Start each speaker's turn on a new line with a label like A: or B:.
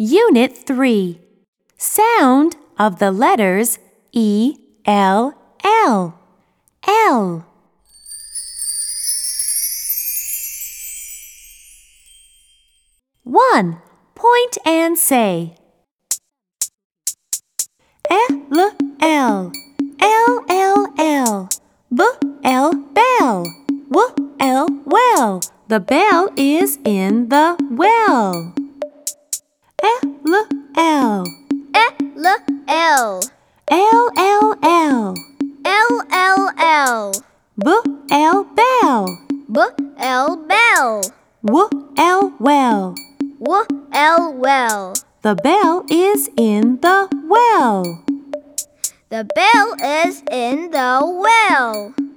A: Unit 3 Sound of the letters E, L, L. L. One. Point and say. L, L. L, L, L. B, L, bell. W, L, well. The bell is in the well. L, L.
B: L L
A: L, L, L.
B: L L L
A: B, L, bell.
B: B L Bell
A: W, L, well.
B: W L Well
A: The bell is in the well.
B: The bell is in the well